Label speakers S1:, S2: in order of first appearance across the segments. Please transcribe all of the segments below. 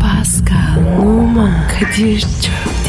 S1: Pascal, Oman, Kadir çok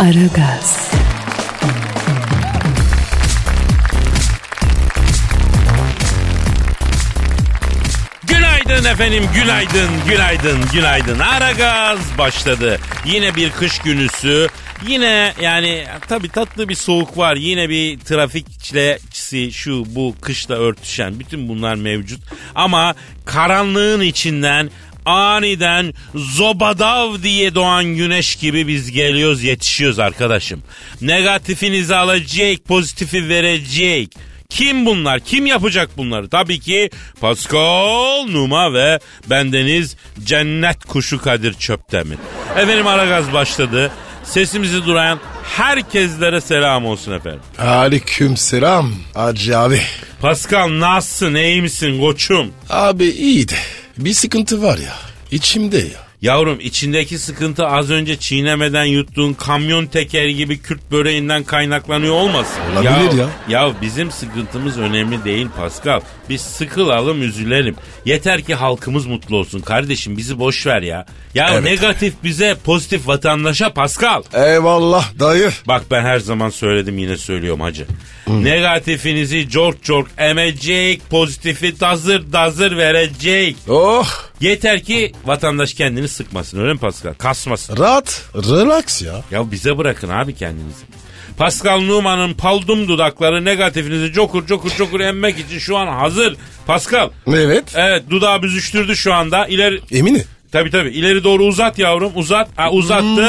S1: Aragaz,
S2: Günaydın efendim, günaydın, günaydın, günaydın. Ara gaz başladı. Yine bir kış günüsü. Yine yani tabii tatlı bir soğuk var. Yine bir trafik çilesi şu bu kışla örtüşen bütün bunlar mevcut. Ama karanlığın içinden aniden zobadav diye doğan güneş gibi biz geliyoruz yetişiyoruz arkadaşım. Negatifinizi alacak, pozitifi verecek. Kim bunlar? Kim yapacak bunları? Tabii ki Pascal Numa ve bendeniz Cennet Kuşu Kadir Çöptemir. Efendim Aragaz başladı. Sesimizi duran herkeslere selam olsun efendim.
S3: Aleyküm selam Hacı abi.
S2: Pascal nasılsın? İyi misin koçum?
S3: Abi iyiydi. Bir sıkıntı var ya. İçimde ya.
S2: Yavrum içindeki sıkıntı az önce çiğnemeden yuttuğun kamyon tekeri gibi Kürt böreğinden kaynaklanıyor olmasın?
S3: Olabilir ya.
S2: Ya bizim sıkıntımız önemli değil Pascal. Biz sıkılalım üzülelim. Yeter ki halkımız mutlu olsun. Kardeşim bizi boş ver ya. Ya
S3: Evet.
S2: negatif bize pozitif vatandaşa Pascal.
S3: Eyvallah dayı.
S2: Bak ben her zaman söyledim yine söylüyorum hacı. Negatifinizi cork cork emecek, pozitifi dazır dazır verecek.
S3: Oh
S2: Yeter ki vatandaş kendini sıkmasın öyle mi Pascal? Kasmasın.
S3: rahat. Relax ya.
S2: Ya bize bırakın abi kendinizi. Pascal Numa'nın paldum dudakları negatifinizi cokur cokur cokur emmek için şu an hazır. Pascal.
S3: Evet.
S2: Evet dudağı büzüştürdü şu anda. İleri
S3: Emini.
S2: Tabii tabii. İleri doğru uzat yavrum. Uzat. Ha, uzattı.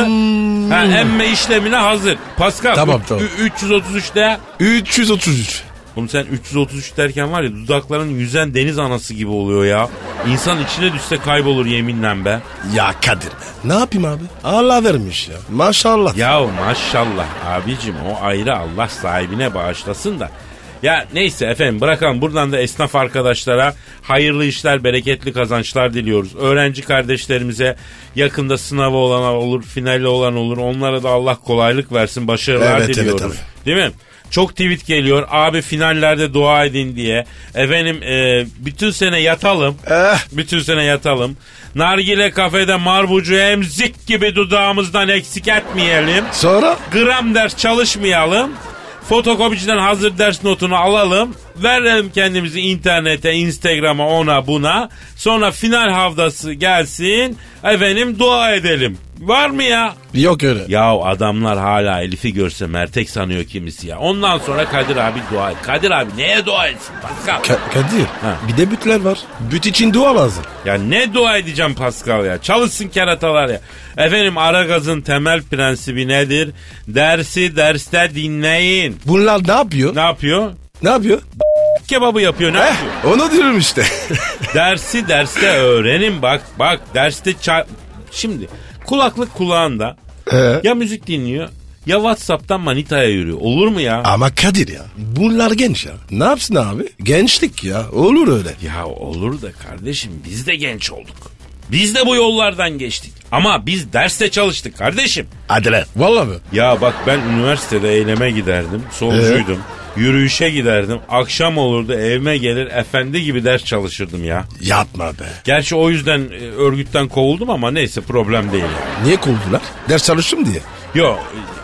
S2: Ha, emme işlemine hazır. Pascal.
S3: Tamam,
S2: ü-
S3: tamam.
S2: ü- 333'te.
S3: 333.
S2: Oğlum sen 333 derken var ya dudakların yüzen deniz anası gibi oluyor ya. İnsan içine düşse kaybolur yeminle be.
S3: Ya Kadir be. Ne yapayım abi? Allah vermiş ya. Maşallah.
S2: Ya maşallah abicim o ayrı Allah sahibine bağışlasın da. Ya neyse efendim bırakalım buradan da esnaf arkadaşlara hayırlı işler, bereketli kazançlar diliyoruz. Öğrenci kardeşlerimize yakında sınavı olan olur, finali olan olur. Onlara da Allah kolaylık versin, başarılar
S3: Evet, evet,
S2: diliyoruz. Değil mi? Çok tweet geliyor. Abi finallerde dua edin diye. Efendim e, bütün sene yatalım.
S3: Eh.
S2: Bütün sene yatalım. Nargile kafede marbucu emzik gibi dudağımızdan eksik etmeyelim.
S3: Sonra?
S2: Gram ders çalışmayalım. Fotokopiciden hazır ders notunu alalım. Verelim kendimizi internete, Instagram'a, ona buna. Sonra final haftası gelsin. Efendim dua edelim. Var mı ya?
S3: Yok öyle.
S2: Ya adamlar hala Elif'i görse mertek sanıyor kimisi ya. Ondan sonra Kadir abi dua et. Kadir abi neye dua etsin Pascal?
S3: Ka- Kadir.
S2: Ha.
S3: Bir de bütler var. Büt için dua lazım.
S2: Ya ne dua edeceğim Pascal ya? Çalışsın keratalar ya. Efendim Aragaz'ın temel prensibi nedir? Dersi derste dinleyin.
S3: Bunlar ne yapıyor?
S2: Ne yapıyor?
S3: Ne yapıyor?
S2: Kebabı yapıyor ne yapıyor?
S3: Eh, onu diyorum işte.
S2: Dersi derste öğrenin bak bak derste ça- Şimdi kulaklık kulağında
S3: Ee?
S2: ya müzik dinliyor ya Whatsapp'tan manitaya yürüyor. Olur mu ya?
S3: Ama Kadir ya bunlar genç ya. Ne yapsın abi? Gençlik ya olur öyle.
S2: Ya olur da kardeşim biz de genç olduk. Biz de bu yollardan geçtik. Ama biz derste çalıştık kardeşim.
S3: Hadi lan. Valla mı?
S2: Ya bak ben üniversitede eyleme giderdim. Solcuydum. Yürüyüşe giderdim. Akşam olurdu evime gelir efendi gibi ders çalışırdım ya.
S3: Yapma be.
S2: Gerçi o yüzden e, örgütten kovuldum ama neyse problem değil. yani.
S3: Niye kovdular? Ders çalıştım diye.
S2: Yo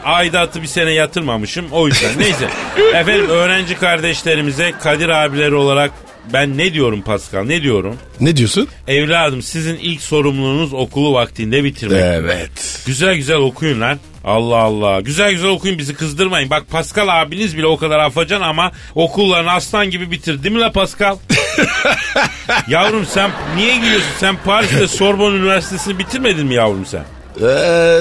S2: e, aidatı bir sene yatırmamışım o yüzden neyse. Efendim öğrenci kardeşlerimize Kadir abileri olarak ben ne diyorum Pascal ne diyorum?
S3: Ne diyorsun?
S2: Evladım sizin ilk sorumluluğunuz okulu vaktinde bitirmek.
S3: Evet.
S2: Güzel güzel okuyun lan. Allah Allah. Güzel güzel okuyun bizi kızdırmayın. Bak Pascal abiniz bile o kadar afacan ama okullarını aslan gibi bitirdi değil mi la Pascal? yavrum sen niye gülüyorsun? Sen Paris'te Sorbonne Üniversitesi'ni bitirmedin mi yavrum sen?
S3: Ee,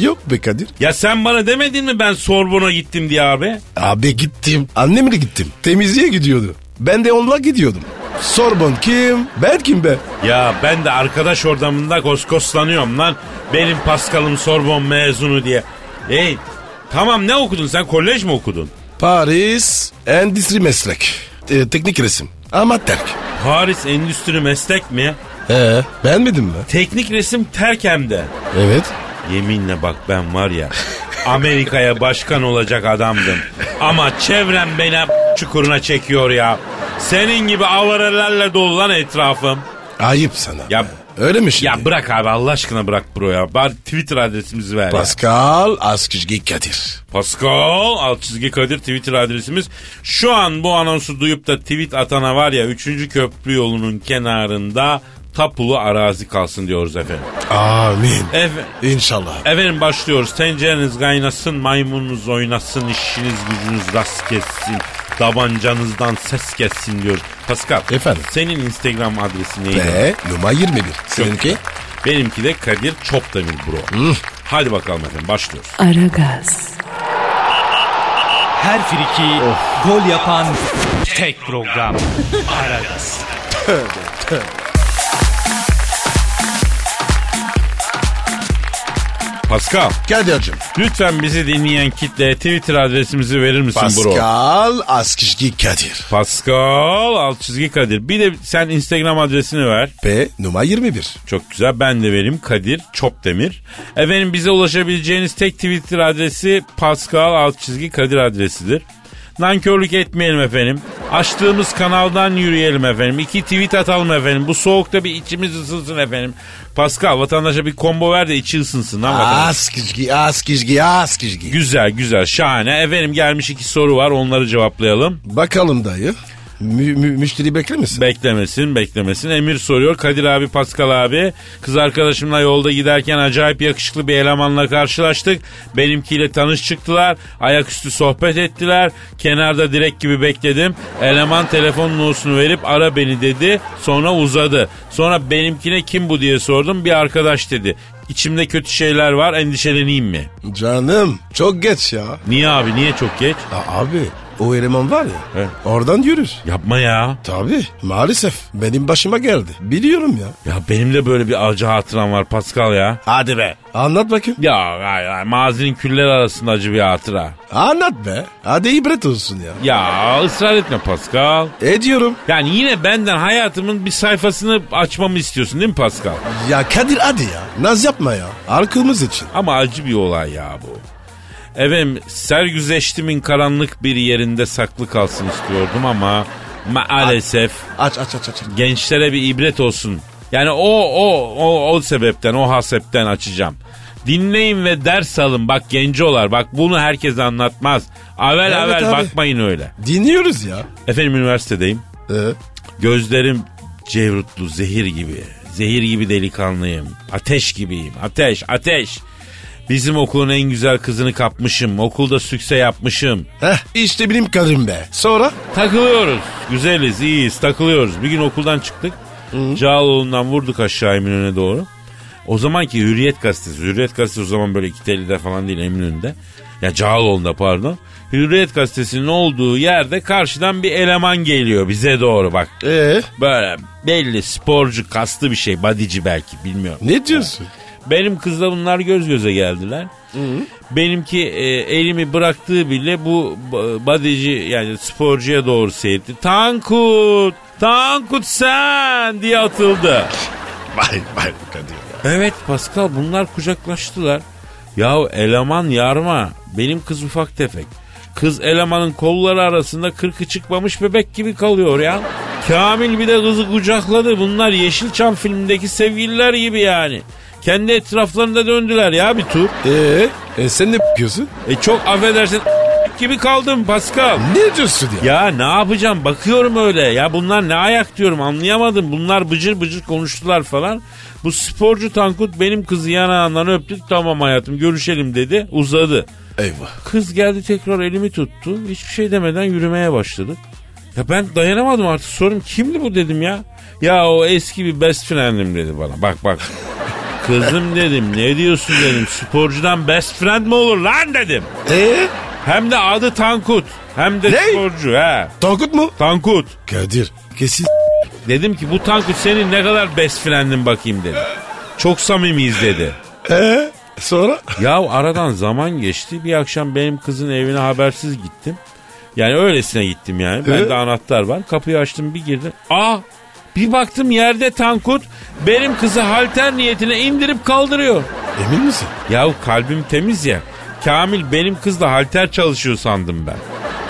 S3: yok be Kadir.
S2: Ya sen bana demedin mi ben Sorbonne'a gittim diye abi?
S3: Abi gittim. Annemle gittim. Temizliğe gidiyordu. Ben de onunla gidiyordum. Sorbon kim? Ben kim be?
S2: Ya ben de arkadaş ortamında koskoslanıyorum lan. Benim Paskal'ım Sorbon mezunu diye. Hey tamam ne okudun sen kolej mi okudun?
S3: Paris Endüstri Meslek. E, teknik resim. Ama terk.
S2: Paris Endüstri Meslek mi?
S3: Ee, beğenmedin mi?
S2: Teknik resim terk hem de.
S3: Evet.
S2: Yeminle bak ben var ya Amerika'ya başkan olacak adamdım. Ama çevrem beni çukuruna çekiyor ya. Senin gibi avarelerle dolu lan etrafım.
S3: Ayıp sana.
S2: Ya-
S3: Ya, Öyle mi şimdi?
S2: Ya bırak abi Allah aşkına bırak bro ya. Bari Twitter adresimizi ver ya.
S3: Pascal Askizgi Kadir.
S2: Pascal alt çizgi Kadir Twitter adresimiz. Şu an bu anonsu duyup da tweet atana var ya 3. köprü yolunun kenarında tapulu arazi kalsın diyoruz efendim.
S3: Amin.
S2: Efe-
S3: E, İnşallah.
S2: Efendim başlıyoruz. Tencereniz kaynasın, maymununuz oynasın, işiniz gücünüz rast kessin, tabancanızdan ses kessin diyoruz. Pascal.
S3: Efendim?
S2: Senin Instagram adresi neydi?
S3: Ve numara 21. Seninki?
S2: Benimki de Kadir Çopdemir Bro.
S3: Hmm.
S2: Hadi bakalım efendim başlıyoruz.
S1: Aragaz,
S4: Her friki gol yapan tek program. Aragaz.
S2: Pascal.
S3: Kadir'cim.
S2: Lütfen bizi dinleyen kitleye Twitter adresimizi verir misin bro?
S3: Pascal Askizgi Kadir.
S2: Pascal alt çizgi Kadir. Bir de sen Instagram adresini ver.
S3: Ve numara 21.
S2: Çok güzel. Ben de vereyim Kadir Çopdemir. Efendim bize ulaşabileceğiniz tek Twitter adresi Pascal alt çizgi Kadir adresidir. Nankörlük etmeyelim efendim. Açtığımız kanaldan yürüyelim efendim. İki tweet atalım efendim. Bu soğukta bir içimiz ısınsın efendim. Pascal vatandaşa bir combo ver de içi ısınsın. Lan vatandaş.
S3: Askizgi, Askizgi, Askizgi.
S2: Güzel güzel şahane. Efendim gelmiş iki soru var onları cevaplayalım.
S3: Bakalım dayı. Mü- mü- müşteri bekler misin?
S2: Beklemesin beklemesin. Emir soruyor. Kadir abi Pascal abi. Kız arkadaşımla yolda giderken acayip yakışıklı bir elemanla karşılaştık. Benimkiyle tanış çıktılar. Ayaküstü sohbet ettiler. Kenarda direk gibi bekledim. Eleman telefon numarasını verip ara beni dedi. Sonra uzadı. Sonra benimkine kim bu diye sordum. Bir arkadaş dedi. İçimde kötü şeyler var endişeleneyim mi?
S3: Canım çok geç ya.
S2: Niye abi niye çok geç?
S3: A- abi o eleman var ya
S2: He.
S3: oradan yürür.
S2: Yapma ya.
S3: Tabii maalesef benim başıma geldi. Biliyorum ya.
S2: Ya benim de böyle bir acı hatıram var Pascal ya.
S3: Hadi be. Anlat bakayım.
S2: Ya ay, ay, mazinin külleri arasında acı bir hatıra.
S3: Anlat be. Hadi ibret olsun ya.
S2: Ya ısrar etme Pascal.
S3: Ediyorum.
S2: Yani yine benden hayatımın bir sayfasını açmamı istiyorsun değil mi Pascal?
S3: Ya Kadir hadi ya. Naz yapma ya. Arkamız için.
S2: Ama acı bir olay ya bu. Efendim sergüzeştimin karanlık bir yerinde saklı kalsın istiyordum ama maalesef
S3: Aç aç aç aç.
S2: gençlere bir ibret olsun. Yani o o o o sebepten o hasepten açacağım. Dinleyin ve ders alın. Bak gencolar bak bunu herkes anlatmaz. Avel
S3: Evet
S2: avel
S3: abi.
S2: bakmayın öyle.
S3: Dinliyoruz ya.
S2: Efendim üniversitedeyim.
S3: Ee,
S2: Gözlerim cevrutlu zehir gibi. Zehir gibi delikanlıyım. Ateş gibiyim. Ateş, ateş. Bizim okulun en güzel kızını kapmışım. Okulda sükse yapmışım.
S3: heh, işte benim Kadir'im be. Sonra?
S2: Takılıyoruz. Güzeliz, iyiyiz, takılıyoruz. Bir gün okuldan çıktık. Cağaloğlu'ndan vurduk aşağı Eminönü'ne doğru. O zamanki Hürriyet Gazetesi. Hürriyet Gazetesi o zaman böyle Kiteli'de falan değil Eminönü'nde. Ya Cağaloğlu'nda pardon. Hürriyet Gazetesi'nin olduğu yerde karşıdan bir eleman geliyor bize doğru bak.
S3: Ee,
S2: Böyle belli sporcu kaslı bir şey bodyci belki bilmiyorum.
S3: ne diyorsun?
S2: Benim kızla bunlar göz göze geldiler. Benimki e, elimi bıraktığı bile bu b- bodyci yani sporcuya doğru seyretti. Tankut! Tankut sen! diye atıldı.
S3: Vay vay Kadir ya.
S2: Evet Pascal bunlar kucaklaştılar. Yahu eleman yarma. Benim kız ufak tefek. Kız elemanın kolları arasında kırkı çıkmamış bebek gibi kalıyor ya. Kamil bir de kızı kucakladı. Bunlar Yeşilçam filmindeki sevgililer gibi yani. Kendi etraflarında döndüler ya bir tur.
S3: Ee, e, sen ne yapıyorsun?
S2: E çok affedersin gibi kaldım Pascal.
S3: Ne diyorsun ya?
S2: Ya ne yapacağım bakıyorum öyle ya bunlar ne ayak diyorum anlayamadım bunlar bıcır bıcır konuştular falan. Bu sporcu Tankut benim kızı yanağından öptü tamam hayatım görüşelim dedi uzadı.
S3: Eyvah.
S2: Kız geldi tekrar elimi tuttu hiçbir şey demeden yürümeye başladık. Ya ben dayanamadım artık sorum kimdi bu dedim ya. Ya o eski bir best friendim dedi bana bak bak. Kızım dedim ne diyorsun dedim sporcudan best friend mi olur lan dedim.
S3: Ee,
S2: Hem de adı Tankut hem de
S3: Ne?
S2: sporcu ha.
S3: Tankut mu?
S2: Tankut.
S3: Kadir kesin
S2: Dedim ki bu Tankut senin ne kadar best friend'in bakayım dedim. Çok samimiyiz dedi.
S3: Ee, sonra?
S2: Ya aradan zaman geçti. Bir akşam benim kızın evine habersiz gittim. Yani öylesine gittim yani. Bende
S3: Evet.
S2: anahtar var. Kapıyı açtım bir girdim. Aa bir baktım yerde Tankut benim kızı halter niyetine indirip kaldırıyor.
S3: Emin misin?
S2: Yahu kalbim temiz ya. Kamil benim kızla halter çalışıyor sandım ben.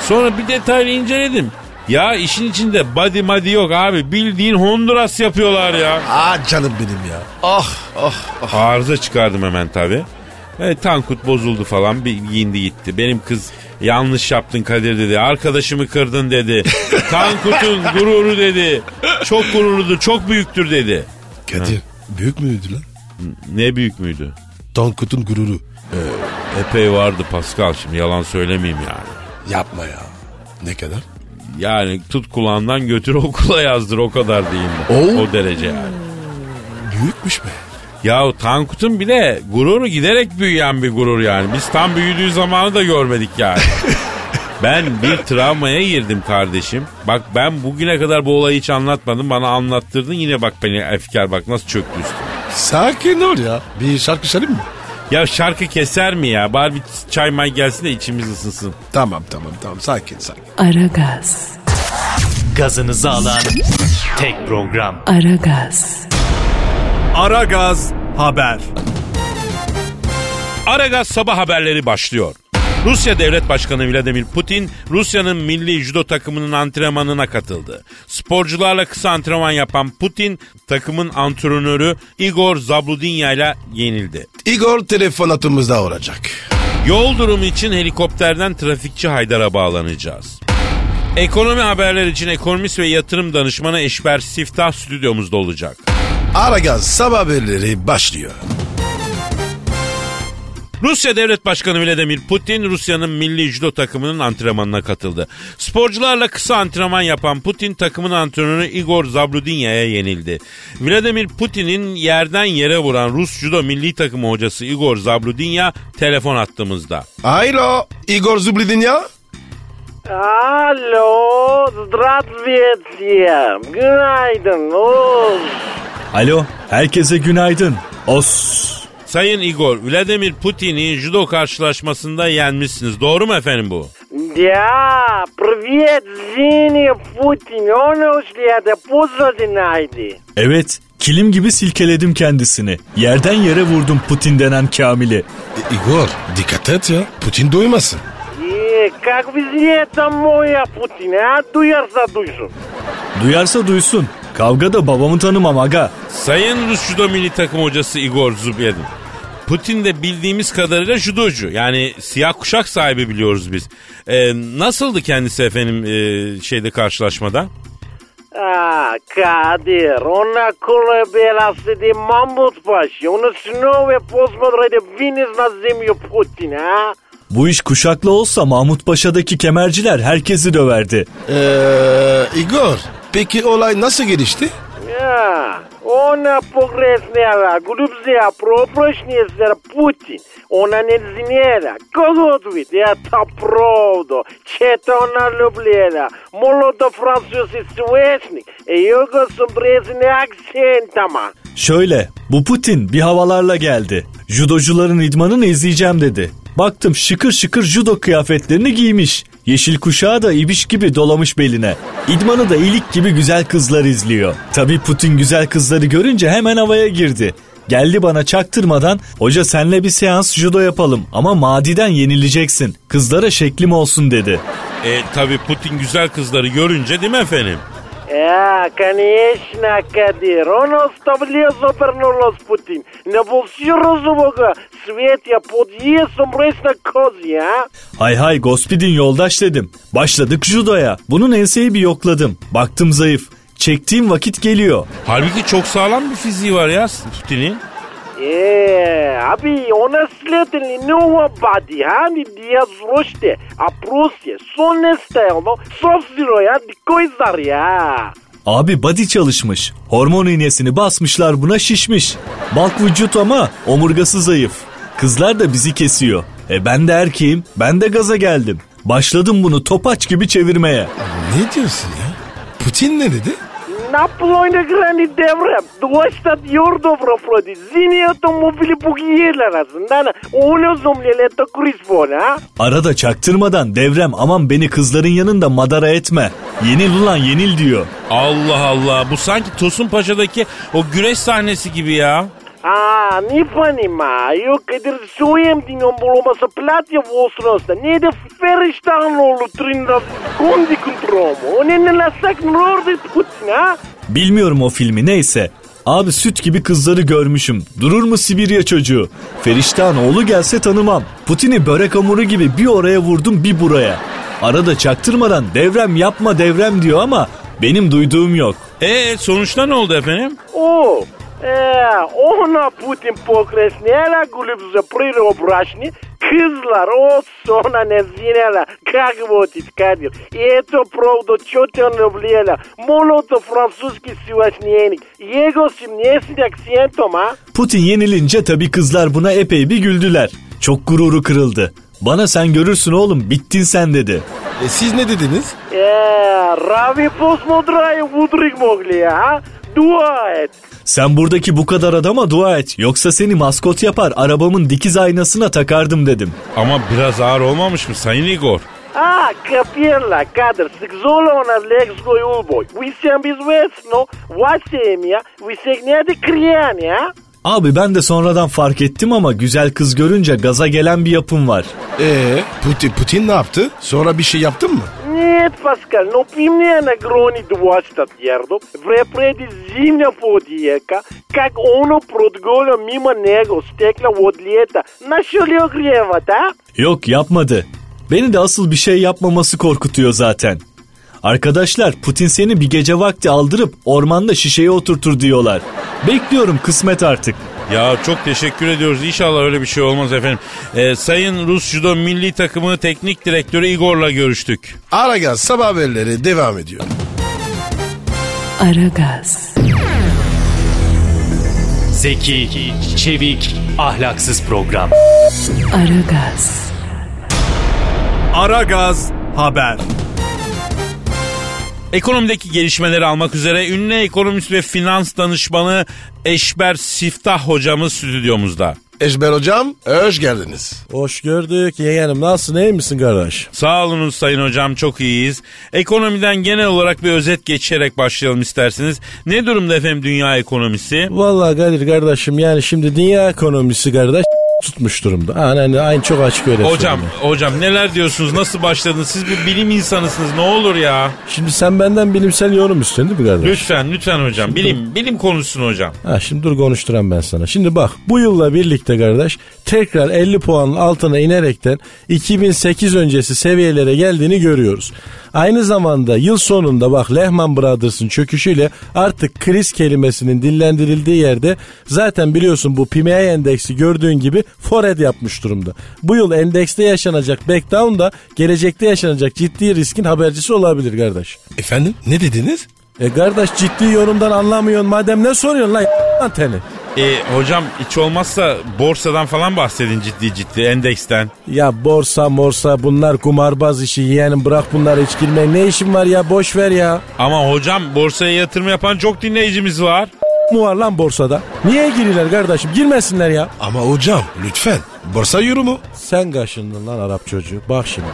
S2: Sonra bir detaylı inceledim. Ya işin içinde body madi yok abi. Bildiğin Honduras yapıyorlar ya.
S3: Aa canım benim ya. Ah ah. ah.
S2: Arıza çıkardım hemen tabi. E, tankut bozuldu falan bir giyindi gitti. Benim kız yanlış yaptın Kadir dedi. Arkadaşımı kırdın dedi. Tankut'un gururu dedi. Çok gururludur çok büyüktür dedi.
S3: Kadir büyük müydü lan?
S2: Ne büyük müydü?
S3: Tankut'un gururu.
S2: Epey vardı Pascal şimdi yalan söylemeyeyim yani.
S3: Yapma ya. Ne kadar?
S2: Yani tut kulağından götür okula yazdır o kadar diyeyim. ben.
S3: Oo.
S2: O derece yani.
S3: Büyükmüş be.
S2: Yahu Tankut'un bile gururu giderek büyüyen bir gurur yani. Biz tam büyüdüğü zamanı da görmedik yani. ben bir travmaya girdim kardeşim. Bak ben bugüne kadar bu olayı hiç anlatmadım. Bana anlattırdın yine bak beni efkar bak nasıl çöktü üstüme.
S3: Sakin ol ya. Bir şarkı çalayım mı?
S2: Ya şarkı keser mi ya? Bari bir çay may gelsin de içimiz ısınsın.
S3: Tamam tamam tamam sakin sakin.
S1: Aragaz,
S4: Gazınızı alan tek program.
S1: Aragaz,
S4: Ara Gaz Haber.
S2: Aragaz sabah haberleri başlıyor. Rusya Devlet Başkanı Vladimir Putin, Rusya'nın milli judo takımının antrenmanına katıldı. Sporcularla kısa antrenman yapan Putin, takımın antrenörü Igor Zabludinya ile yenildi.
S3: Igor telefon hattımızda olacak.
S2: Yol durumu için helikopterden trafikçi Haydar'a bağlanacağız. Ekonomi haberler için ekonomist ve yatırım danışmanı Eşber Siftah stüdyomuzda olacak.
S3: Aragaz sabah haberleri başlıyor.
S2: Rusya Devlet Başkanı Vladimir Putin Rusya'nın milli judo takımının antrenmanına katıldı. Sporcularla kısa antrenman yapan Putin takımın antrenörü Igor Zabludinya'ya yenildi. Vladimir Putin'in yerden yere vuran Rus judo milli takımı hocası Igor Zabludinya telefon attığımızda.
S3: Alo Igor Zublidinya.
S5: Alo, здравствуйте. Günaydın oğul.
S4: Alo, herkese günaydın. Os.
S2: Sayın Igor, Vladimir Putin'i judo karşılaşmasında yenmişsiniz. Doğru mu efendim bu?
S5: Ya, привет, Zini Putin. 13 лет, поздравляйте.
S6: Evet, kilim gibi silkeledim kendisini. Yerden yere vurdum Putin denen Kamil'i.
S3: E, Igor dikkat et ya. Putin duymasın.
S5: И как вы это моя Putin, а? Duyarsa duysun.
S6: Duyarsa duysun. Kavgada babamı tanımam aga.
S2: Sayın Rus judo milli takım hocası Igor Zubyadin. Putin de bildiğimiz kadarıyla judocu. Yani siyah kuşak sahibi biliyoruz biz. Ee, nasıldı kendisi efendim e, şeyde karşılaşmada?
S5: А, Kadir, ona kola belası de mamut başı. Onu снова посмотрите вниз на землю Putin, а?
S6: Bu iş kuşaklı olsa Mahmut Paşa'daki kemerciler herkesi döverdi.
S3: Ee, Igor peki olay nasıl gelişti?
S5: А, Она погрешнела, глупзия, пропрошнеся Путин. Она не знела, кого двит, это правда. Чета она любила. Молодо французский свечник, его с брезными акцентами.
S6: Şöyle, bu Putin bir havalarla geldi. Judocuların idmanını izleyeceğim dedi. Baktım şıkır şıkır judo kıyafetlerini giymiş. Yeşil kuşağı da ibiş gibi dolamış beline. İdmanı da ilik gibi güzel kızlar izliyor. Tabii Putin güzel kızları görünce hemen havaya girdi. Geldi bana çaktırmadan hoca senle bir seans judo yapalım ama madiden yenileceksin. Kızlara şeklim olsun dedi.
S2: E, tabii Putin güzel kızları görünce değil mi efendim?
S5: А, конечно, Кадир, он оставлял завернулась Путин. Не был все разумного, свет я подъезд, умрезно козья, а?
S6: Hay hay Gospidin yoldaş dedim. Başladık judoya. Bunun enseyi bir yokladım. Baktım zayıf. Çektiğim vakit geliyor.
S2: Halbuki çok sağlam bir fiziği var ya Putin'in.
S5: Е, аби, она следили не обади, а ни дия зроще, а просие, со не стелно, собствено, я кой заря.
S6: Abi body çalışmış. Hormon iğnesini basmışlar buna şişmiş. Balk vücut ama omurgası zayıf. Kızlar da bizi kesiyor. E ben de erkeğim. Ben de gaza geldim. Başladım bunu topaç gibi çevirmeye.
S3: Ne diyorsun ya? Putin ne dedi?
S5: на плойна деврем. Длъщат юрдоврофроди. Зинията му били богиелера. Зандана. Улюзумлелета кризволя, а?
S7: Arada çaktırmadan devrem aman beni kızların yanında madara etme. Yenil ulan yenil diyor.
S2: Allah Allah bu sanki Tosun Paşa'daki o güreş sahnesi gibi ya.
S5: А, не да понимаю, къде рисуем ти на болома са платя в остроста. Не да фериш там лолу трин да конди контрому. Не не насак нордит кутина.
S7: Bilmiyorum o filmi neyse. Abi süt gibi kızları görmüşüm. Durur mu Sibirya çocuğu? Feriştahın oğlu gelse tanımam. Putin'i börek hamuru gibi bir oraya vurdum bir buraya. Arada çaktırmadan devrem yapma devrem diyor ama benim duyduğum yok.
S2: E sonuçta ne oldu efendim?
S5: О, е, она Путин покреснела, гулюб за природобрачни, Кызлар, о, сона не зинела, как вот искадил. И ето правда, чотелно влияла. Молото французски силашниеник. Его 17 акцентом, а?
S7: Putin yenilince tabii kızlar buna epey bir güldüler. Çok gururu kırıldı. Bana sen görürsün oğlum bittin sen dedi.
S3: E, siz ne dediniz?
S5: Е, рави посмотрай, удрик могли, а? Дуает.
S7: Sen buradaki bu kadar adama dua et. Yoksa seni maskot yapar arabamın dikiz aynasına takardım dedim.
S2: Ama biraz ağır olmamış mı Sayın Igor?
S5: А, капирла, кадр, секзола на лексгой улбой. Ви сям безвестно, ва семья, ви сегнете крияни, а?
S7: Abi ben de sonradan fark ettim ama güzel kız görünce gaza gelen bir yapım var.
S3: E Putin, Putin ne yaptı? Sonra bir şey yaptın mı?
S5: Нет, Паскал, но при мне на грони двадцать ярдов, врепреди зимня подиека, как оно продголя мимо него стекла от лета. На шо ли огреват, а?
S7: Yok yapmadı. Beni de asıl bir şey yapmaması korkutuyor zaten. Arkadaşlar Putin seni bir gece vakti aldırıp ormanda şişeye oturtur diyorlar. Bekliyorum kısmet artık.
S2: Ya çok teşekkür ediyoruz. İnşallah öyle bir şey olmaz efendim. E, Sayın Rus Judo Milli Takımı Teknik Direktörü Igor'la görüştük.
S3: Aragaz sabah haberleri devam ediyor.
S1: Aragaz,
S4: Zeki, çevik, ahlaksız program.
S1: Aragaz,
S4: Aragaz Haber.
S2: Ekonomideki gelişmeleri almak üzere ünlü ekonomist ve finans danışmanı Eşber Siftah hocamız stüdyomuzda.
S3: Eşber hocam hoş geldiniz.
S6: Hoş gördük yeğenim. Nasılsın iyi misin kardeş?
S2: Sağ olunuz sayın hocam çok iyiyiz. Ekonomiden genel olarak bir özet geçerek başlayalım isterseniz. Ne durumda efendim dünya ekonomisi?
S6: Vallahi Kadir kardeşim yani şimdi dünya ekonomisi kardeş tutmuş durumda. Yani, hani aynı çok açık öyle
S2: Hocam
S6: söyleyeyim.
S2: hocam neler diyorsunuz nasıl başladınız siz bir bilim insanısınız ne olur ya.
S6: Şimdi sen benden bilimsel yorum istiyorsun değil mi kardeş?
S2: Lütfen lütfen hocam bilim bilim konuşsun hocam.
S6: Ha, şimdi dur konuşturan ben sana. Şimdi bak bu yılla birlikte kardeş tekrar 50 puanın altına inerekten 2008 öncesi seviyelere geldiğini görüyoruz. Aynı zamanda yıl sonunda bak Lehman Brothers'ın çöküşüyle artık kriz kelimesinin dillendirildiği yerde zaten biliyorsun bu PMI endeksi gördüğün gibi forehead yapmış durumda. Bu yıl endekste yaşanacak backdown da gelecekte yaşanacak ciddi riskin habercisi olabilir kardeş.
S3: Efendim ne dediniz?
S6: E kardeş ciddi yorumdan anlamıyorsun madem ne soruyorsun lan anteni.
S2: E, hocam hiç olmazsa borsadan falan bahsedin ciddi ciddi endeksten.
S6: Ya borsa morsa bunlar kumarbaz işi yeğenim bırak bunları hiç girmeyin. Ne işin var ya boş ver ya.
S2: Ama hocam borsaya yatırım yapan çok dinleyicimiz var.
S6: Mu var lan borsada? Niye giriyorlar kardeşim girmesinler ya.
S3: Ama hocam lütfen borsa yorumu.
S6: Sen kaşındın lan Arap çocuğu. Bak şimdi.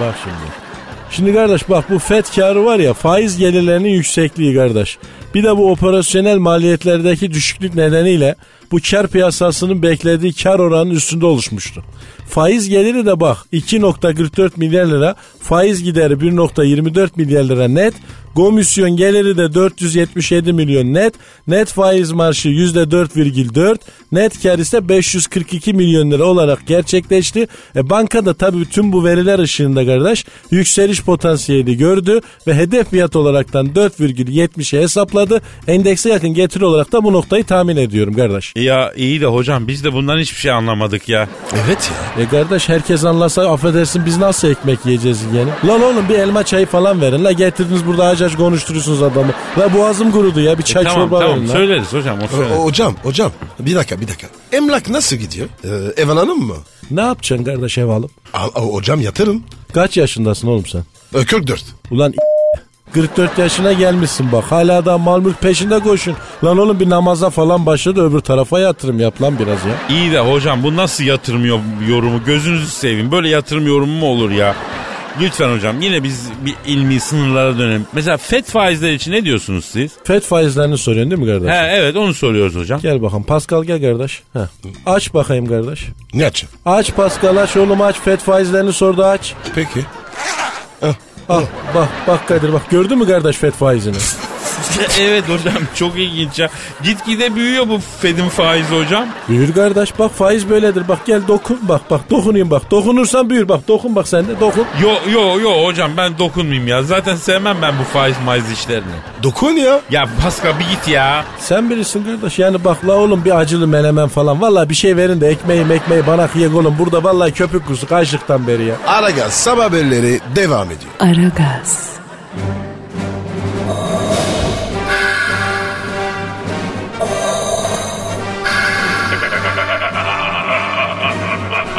S6: Bak şimdi. Şimdi kardeş bak bu FED karı var ya faiz gelirlerinin yüksekliği kardeş. Bir de bu operasyonel maliyetlerdeki düşüklük nedeniyle bu kar piyasasının beklediği kar oranının üstünde oluşmuştu. Faiz geliri de bak 2.44 milyar lira, faiz gideri 1.24 milyar lira net, komisyon geliri de 477 milyon net, net faiz marşı %4,4, net kar ise 542 milyon lira olarak gerçekleşti. E, banka da tabii tüm bu veriler ışığında kardeş yükseliş potansiyeli gördü ve hedef fiyat olaraktan 4,70'e hesapladı. Endekse yakın getiri olarak da bu noktayı tahmin ediyorum kardeş.
S2: E, Ya iyi de hocam biz de bundan hiçbir şey anlamadık ya.
S3: Evet ya.
S6: E kardeş herkes anlasa affedersin biz nasıl ekmek yiyeceğiz yani? Lan oğlum bir elma çayı falan verin la getirdiniz burada acaç konuşturuyorsunuz adamı. La boğazım kurudu ya bir çay
S2: E, tamam
S6: çorba
S2: tamam
S6: verin la.
S2: söyleriz hocam o
S3: O-
S2: söyleriz.
S3: o- hocam hocam bir dakika bir dakika. Emlak nasıl gidiyor? Ee, ev alalım mı?
S6: Ne yapacaksın kardeş ev alıp?
S3: Al- al- hocam yatırım.
S6: Kaç yaşındasın oğlum sen?
S3: Ee, 44.
S6: Ulan 44 yaşına gelmişsin bak. Hala da mal mülk peşinde koşun. Lan oğlum bir namaza falan başla da öbür tarafa yatırım yap lan biraz ya.
S2: İyi de hocam bu nasıl yatırım yo- yorumu gözünüzü seveyim. Böyle yatırım yorumu mu olur ya? Lütfen hocam yine biz bir ilmi sınırlara dönelim. Mesela FED faizleri için ne diyorsunuz siz?
S6: FED faizlerini soruyorsun değil mi kardeş?
S2: He evet onu soruyoruz hocam.
S6: Gel bakalım Pascal gel kardeş. Heh. Aç bakayım kardeş.
S3: Ne açın?
S6: Aç Pascal aç oğlum aç FED faizlerini sordu aç.
S3: Peki.
S6: Al bak bak Kadir bak gördün mü kardeş FED faizini?
S2: evet hocam çok ilginç ya. Gitgide büyüyor bu FED'in faizi hocam.
S6: Büyür kardeş bak faiz böyledir bak gel dokun bak bak dokunayım bak dokunursan büyür bak dokun bak sen de dokun.
S2: Yo yo yo hocam ben dokunmayayım ya. Zaten sevmem ben bu faiz maiz işlerini.
S3: Dokun ya.
S2: Ya Pascal bir git ya.
S6: Sen birisin kardeş yani bak la oğlum bir acılı menemen falan valla bir şey verin de ekmeği ekmeği bana kıyak oğlum burada vallahi köpük kusuk açlıktan beri ya.
S3: Aragaz sabah haberleri devam ediyor.
S1: Aragaz,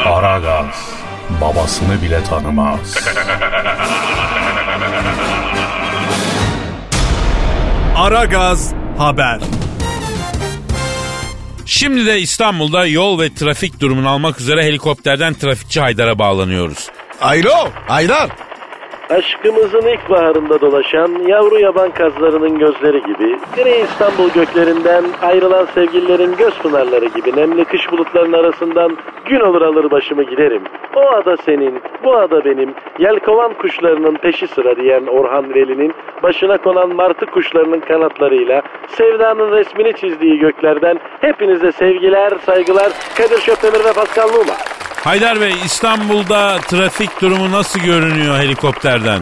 S8: Aragaz babasını bile tanımaz.
S4: Ara Gaz Haber
S2: Şimdi de İstanbul'da yol ve trafik durumunu almak üzere helikopterden trafikçi Haydar'a bağlanıyoruz.
S3: Aylo. Aydar.
S5: Aşkımızın ilkbaharında dolaşan yavru yaban kazlarının gözleri gibi, gri İstanbul göklerinden ayrılan sevgililerin göz pınarları gibi nemli kış bulutlarının arasından gün olur alır başımı giderim. O ada senin, bu ada benim, yelkovan kuşlarının peşi sıra diyen Orhan Veli'nin başına konan martı kuşlarının kanatlarıyla sevdanın resmini çizdiği göklerden hepinize sevgiler, saygılar, Kadir Şöpdemir ve Pascal Numa.
S2: Haydar Bey İstanbul'da trafik durumu nasıl görünüyor helikopterden?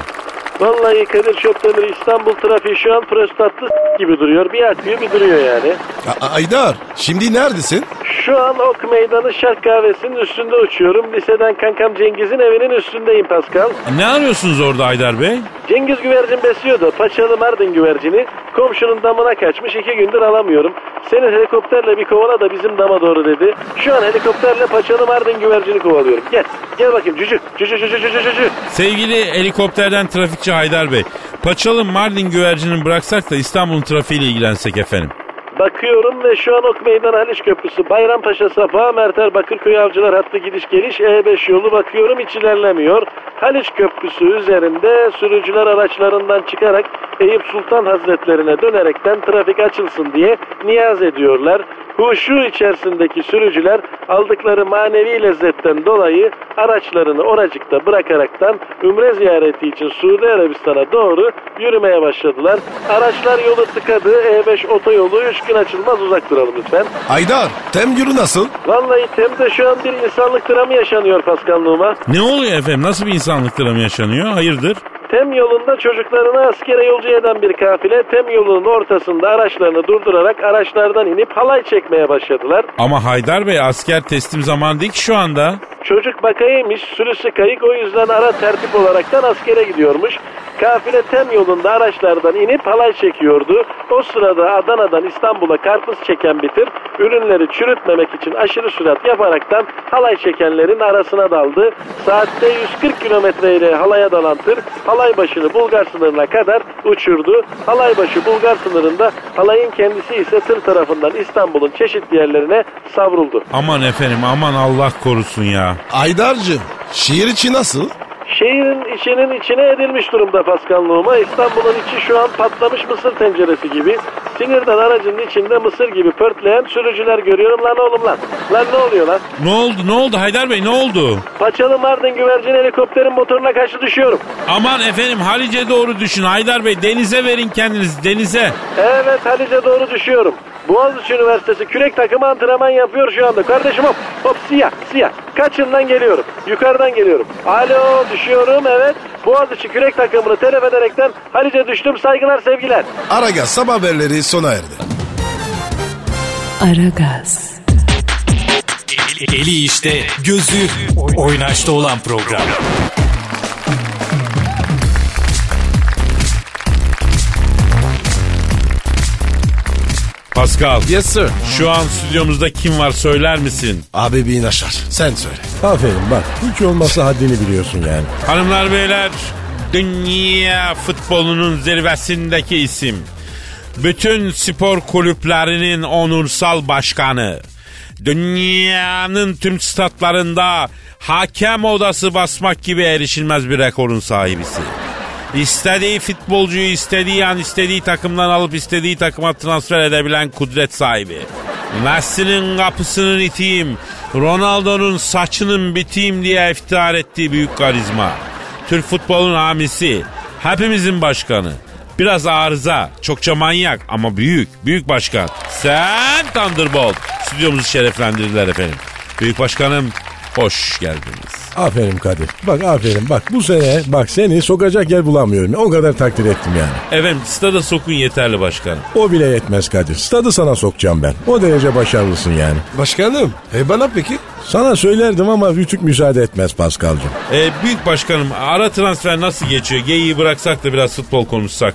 S5: Vallahi Kadir Şöpdemir İstanbul trafiği şu an prostatlı s- gibi duruyor. Bir akıyor bir duruyor yani.
S3: A- A- Aydar. Şimdi neredesin?
S5: Şu an Ok Meydanı Şark Kahvesi'nin üstünde uçuyorum. Liseden kankam Cengiz'in evinin üstündeyim Pascal.
S2: Ne arıyorsunuz orada Haydar Bey?
S5: Cengiz güvercin besliyordu. Paçalı Mardin güvercini. Komşunun damına kaçmış. iki gündür alamıyorum. Seni helikopterle bir kovala da bizim dama doğru dedi. Şu an helikopterle Paçalı Mardin güvercini kovalıyorum. Gel. Gel bakayım cücük. Cücük cücük cücük cücük.
S2: Sevgili helikopterden trafikçi Haydar Bey. Paçalı Mardin güvercinini bıraksak da İstanbul'un trafiğiyle ilgilensek efendim.
S5: Bakıyorum ve şu an Ok Meydan Haliç Köprüsü, Bayrampaşa Safa, Merter Bakırköy Avcılar hattı gidiş geliş E5 yolu bakıyorum hiç ilerlemiyor. Haliç Köprüsü üzerinde sürücüler araçlarından çıkarak Eyüp Sultan Hazretlerine dönerekten trafik açılsın diye niyaz ediyorlar. Huşu içerisindeki sürücüler aldıkları manevi lezzetten dolayı araçlarını oracıkta bırakaraktan Ümre ziyareti için Suudi Arabistan'a doğru yürümeye başladılar. Araçlar yolu tıkadı. E5 otoyolu 3 gün açılmaz uzak duralım lütfen.
S3: Aydar. Temgürü nasıl?
S5: Vallahi Tem'de şu an bir insanlık dramı yaşanıyor paskanlığıma.
S2: Ne oluyor efendim? Nasıl bir insanlık dramı yaşanıyor? Hayırdır?
S5: Tem yolunda çocuklarını askere yolcu eden bir kafile Tem yolunun ortasında araçlarını durdurarak araçlardan inip halay çekmeye başladılar.
S2: Ama Haydar Bey asker teslim zamanı değil ki şu anda.
S5: Çocuk bakaymış, sürüsü kayık o yüzden ara tertip olaraktan askere gidiyormuş. Kafile tem yolunda araçlardan inip halay çekiyordu. O sırada Adana'dan İstanbul'a karpuz çeken bir tır ürünleri çürütmemek için aşırı sürat yaparaktan halay çekenlerin arasına daldı. Saatte 140 kilometre ile halaya dalan tır halay başını Bulgar sınırına kadar uçurdu. Halay başı Bulgar sınırında halayın kendisi ise tır tarafından İstanbul'un çeşitli yerlerine savruldu.
S2: Aman efendim aman Allah korusun ya.
S3: Aydar'cığım. Şiir içi nasıl?
S5: Şehrin içinin içine edilmiş durumda paskanlığıma. İstanbul'un içi şu an patlamış mısır tenceresi gibi. Sinirden aracının içinde mısır gibi pörtleyen sürücüler görüyorum lan oğlum lan. Lan ne oluyor lan?
S2: Ne oldu ne oldu Haydar Bey ne oldu?
S5: Paçalı Mardin güvercin helikopterin motoruna karşı düşüyorum.
S2: Aman efendim Halice doğru düşün Haydar Bey denize verin kendiniz denize.
S5: Evet Halice doğru düşüyorum. Boğaziçi Üniversitesi kürek takımı antrenman yapıyor şu anda. Kardeşim hop hop siyah siyah. Kaçından geliyorum. Yukarıdan geliyorum. Alo düşüyorum evet. Boğaziçi kürek takımını telef ederekten Halice düştüm saygılar sevgiler.
S3: Aragaz sabah haberleri sona erdi.
S1: Aragaz,
S4: Eli işte, gözü oynaşta olan program.
S2: Pascal
S3: Yes sir.
S2: şu an stüdyomuzda kim var söyler misin?
S3: Abi bir Aşar. Sen söyle.
S6: Aferin bak hiç olmazsa haddini biliyorsun yani.
S2: Hanımlar beyler Dünya futbolunun zirvesindeki isim. Bütün spor kulüplerinin onursal başkanı. Dünyanın tüm statlarında hakem odası basmak gibi erişilmez bir rekorun sahibisi. İstediği futbolcuyu istediği an istediği takımdan alıp istediği takıma transfer edebilen kudret sahibi. Messi'nin kapısının itiyim, Ronaldo'nun saçının bitiyim diye iftihar ettiği büyük karizma. Türk futbolun hamisi, hepimizin başkanı. Biraz arıza, çokça manyak ama büyük, büyük başkan. Sen Thunderbolt. Stüdyomuzu şereflendirdiler efendim. Büyük başkanım, hoş geldiniz.
S6: Aferin Kadir. Bak aferin bak bu sene bak seni sokacak yer bulamıyorum. O kadar takdir ettim yani.
S2: Efendim stada sokun yeterli başkanım.
S6: O bile yetmez Kadir. Stadı sana sokacağım ben. O derece başarılısın yani.
S3: Başkanım. E bana peki?
S6: Sana söylerdim ama rütük müsaade etmez Paskal'cığım.
S2: Ee, büyük başkanım ara transfer nasıl geçiyor? Geyiği bıraksak da biraz futbol konuşsak.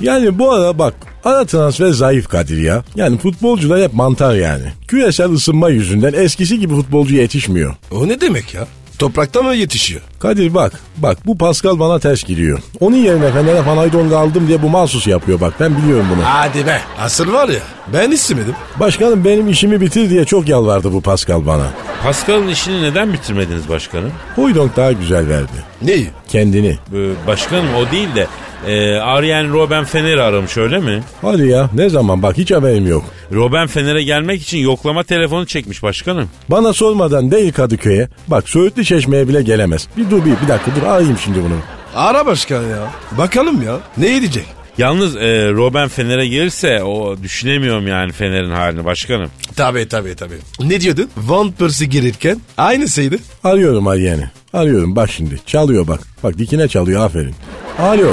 S6: Yani bu ara bak ara transfer zayıf Kadir ya. Yani futbolcular hep mantar yani. Küresel ısınma yüzünden eskisi gibi futbolcu yetişmiyor.
S3: O ne demek ya? Toprakta mı yetişiyor?
S6: Kadir bak, bak bu Pascal bana ters giriyor. Onun yerine Fener'e Fanaydon'u aldım diye bu mahsus yapıyor bak ben biliyorum bunu.
S3: Hadi be. Asıl var ya. Ben istemedim.
S6: Başkanım benim işimi bitir diye çok yalvardı bu Pascal bana.
S2: Pascal'ın işini neden bitirmediniz başkanım?
S6: Huydonk daha güzel verdi.
S3: Neyi?
S6: Kendini.
S2: Ee, başkanım o değil de e, Arjen Robben Fener'i aramış öyle mi?
S6: Hadi ya ne zaman bak hiç haberim yok.
S2: Robben Fener'e gelmek için yoklama telefonu çekmiş başkanım.
S6: Bana sormadan değil Kadıköy'e. Bak Söğütlü Çeşme'ye bile gelemez. Bir dur bir, bir dakika dur arayayım şimdi bunu.
S3: Ara başkan ya. Bakalım ya. Ne edecek?
S2: Yalnız e, Robben Fener'e gelirse o düşünemiyorum yani Fener'in halini başkanım.
S3: Tabii tabii tabii. Ne diyordun? Van Persie girirken aynısıydı.
S6: Arıyorum Aryen'i. Arıyorum bak şimdi. Çalıyor bak. Bak dikine çalıyor aferin. Alo.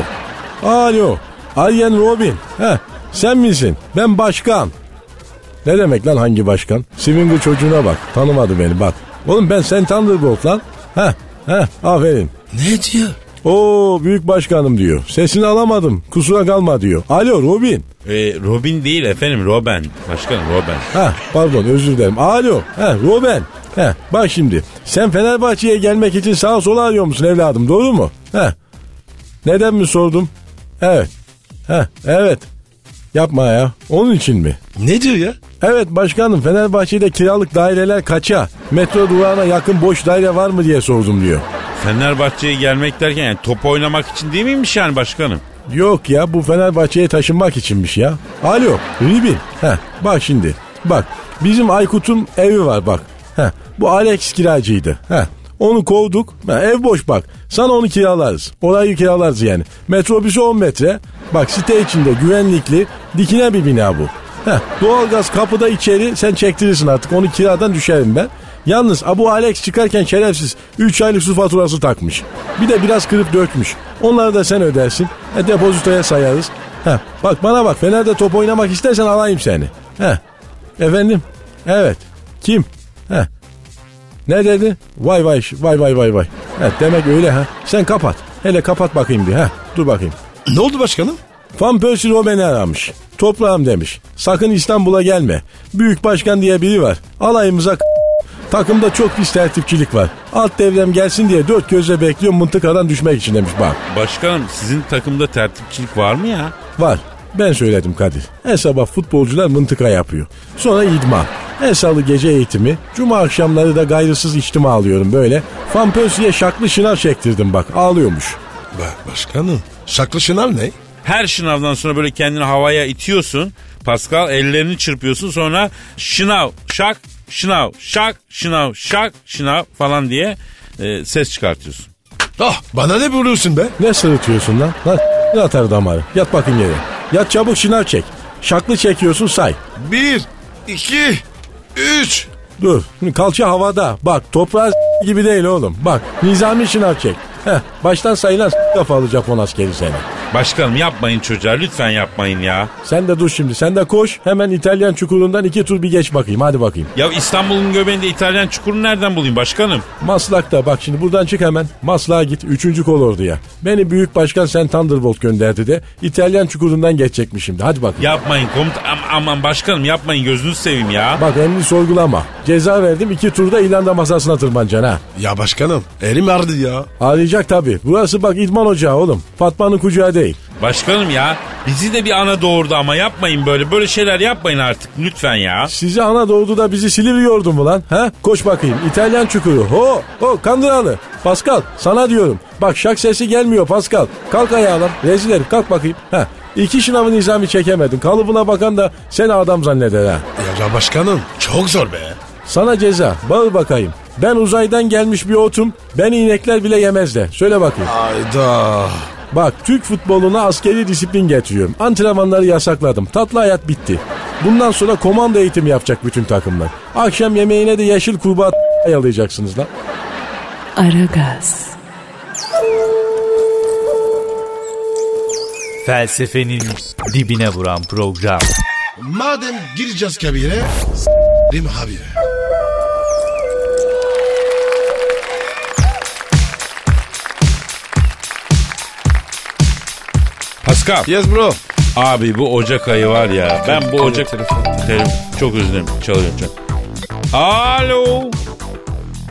S6: Alo. Aryen Robin. Heh. Sen misin? Ben başkan. Ne demek lan hangi başkan? Swinger çocuğuna bak. Tanımadı beni bak. Oğlum ben sen Thunderbolt lan. Heh. Heh. Aferin.
S3: Ne diyor?
S6: Oo büyük başkanım diyor. Sesini alamadım. Kusura kalma diyor. Alo Robin.
S2: E, Robin değil efendim Robben başkanım Robben.
S6: Ha pardon özür dilerim. Alo. Ha Ruben. Ha bak şimdi. Sen Fenerbahçe'ye gelmek için sağa sola arıyor musun evladım doğru mu? Ha. Neden mi sordum? Evet. Ha evet. Yapma ya. Onun için mi?
S3: Ne diyor ya?
S6: Evet başkanım Fenerbahçe'de kiralık daireler kaça? Metro durağına yakın boş daire var mı diye sordum diyor.
S2: Fenerbahçe'ye gelmek derken yani top oynamak için değil miymiş yani başkanım?
S6: Yok ya bu Fenerbahçe'ye taşınmak içinmiş ya. Alo Ribin. Heh, bak şimdi. Bak bizim Aykut'un evi var bak. Heh, bu Alex kiracıydı. Heh, onu kovduk. Ha, ev boş bak. Sana onu kiralarız. Orayı kiralarız yani. Metrobüsü 10 metre. Bak site içinde güvenlikli dikine bir bina bu. Heh, doğalgaz kapıda içeri sen çektirirsin artık. Onu kiradan düşerim ben. Yalnız bu Alex çıkarken şerefsiz 3 aylık su faturası takmış. Bir de biraz kırıp dökmüş. Onları da sen ödersin. E, depozitoya sayarız. Heh, bak bana bak Fener'de top oynamak istersen alayım seni. Heh. Efendim? Evet. Kim? Heh. Ne dedi? Vay vay vay vay vay vay. Evet demek öyle ha. Sen kapat. Hele kapat bakayım bir ha. Dur bakayım.
S3: Ne oldu başkanım?
S6: Van Persie o beni aramış. Toprağım demiş. Sakın İstanbul'a gelme. Büyük başkan diye biri var. Alayımıza k- Takımda çok pis tertipçilik var. Alt devrem gelsin diye dört gözle bekliyorum mıntıkadan düşmek için demiş bak.
S2: Başkanım sizin takımda tertipçilik var mı ya?
S6: Var. Ben söyledim Kadir. Her sabah futbolcular mıntıka yapıyor. Sonra idman. Her salı gece eğitimi. Cuma akşamları da gayrısız içtima alıyorum böyle. Van Persie'ye şaklı şınar çektirdim bak. Ağlıyormuş.
S3: Bak başkanım. Şaklı şınav ne?
S2: Her şınavdan sonra böyle kendini havaya itiyorsun. Pascal ellerini çırpıyorsun sonra şınav, şak, şınav, şak, şınav, şak, şınav falan diye e, ses çıkartıyorsun.
S3: Ah bana ne vuruyorsun be?
S6: Ne sırıtıyorsun lan? Lan atar damarı. Yat bakayım yere. Yat çabuk şınar çek. Şaklı çekiyorsun say.
S3: Bir, iki, üç.
S6: Dur. Kalça havada. Bak toprağa s- gibi değil oğlum. Bak nizami şınar çek. Heh, baştan sayılan s- kafalı Japon askeri seni.
S2: Başkanım yapmayın çocuğa lütfen yapmayın ya.
S6: Sen de dur şimdi. Sen de koş. Hemen İtalyan çukurundan iki tur bir geç bakayım. Hadi bakayım.
S2: Ya İstanbul'un göbeğinde İtalyan çukuru nereden bulayım başkanım?
S6: Maslak'ta bak şimdi buradan çık hemen. Maslak'a git. Üçüncü kol orduya. Beni büyük başkan sen Thunderbolt gönderdi de İtalyan çukurundan geçecekmiş şimdi. Hadi bakayım.
S2: Yapmayın komut am- aman başkanım yapmayın gözünüzü seveyim ya.
S6: Bak emri sorgulama. Ceza verdim iki turda ilanda masasına tırmanacaksın ha.
S3: Ya başkanım elim ağrıdı ya.
S6: Ağlayacak tabii. Burası bak idman ocağı oğlum. Fatma'nın kucağı değil.
S2: Başkanım ya bizi de bir ana doğurdu ama yapmayın böyle böyle şeyler yapmayın artık lütfen ya.
S6: Sizi ana doğdu da bizi Silivri yordun mu lan? Ha? Koş bakayım. İtalyan çukuru. Ho! Ho! Kandıralı. Pascal sana diyorum. Bak şak sesi gelmiyor Pascal. Kalk ayağa lan. Rezil herif kalk bakayım. Ha. İki şınavı nizami çekemedin. Kalıbına bakan da seni adam zanneder ha.
S3: Ya başkanım çok zor be.
S6: Sana ceza. Bağır bakayım. Ben uzaydan gelmiş bir otum. Ben inekler bile yemez de. Söyle bakayım.
S3: Ayda.
S6: Bak Türk futboluna askeri disiplin getiriyorum. Antrenmanları yasakladım. Tatlı hayat bitti. Bundan sonra komando eğitimi yapacak bütün takımlar. Akşam yemeğine de yeşil kurbağa ayarlayacaksınız lan.
S1: Aragaz,
S4: Felsefenin dibine vuran program.
S3: Madem gireceğiz kabire s**rim abi.
S2: Pascal
S3: Yes bro.
S2: abi bu Ocak ayı var ya ben bu Ocak Telef- çok özür dilerim çalıyorum canım. Alo.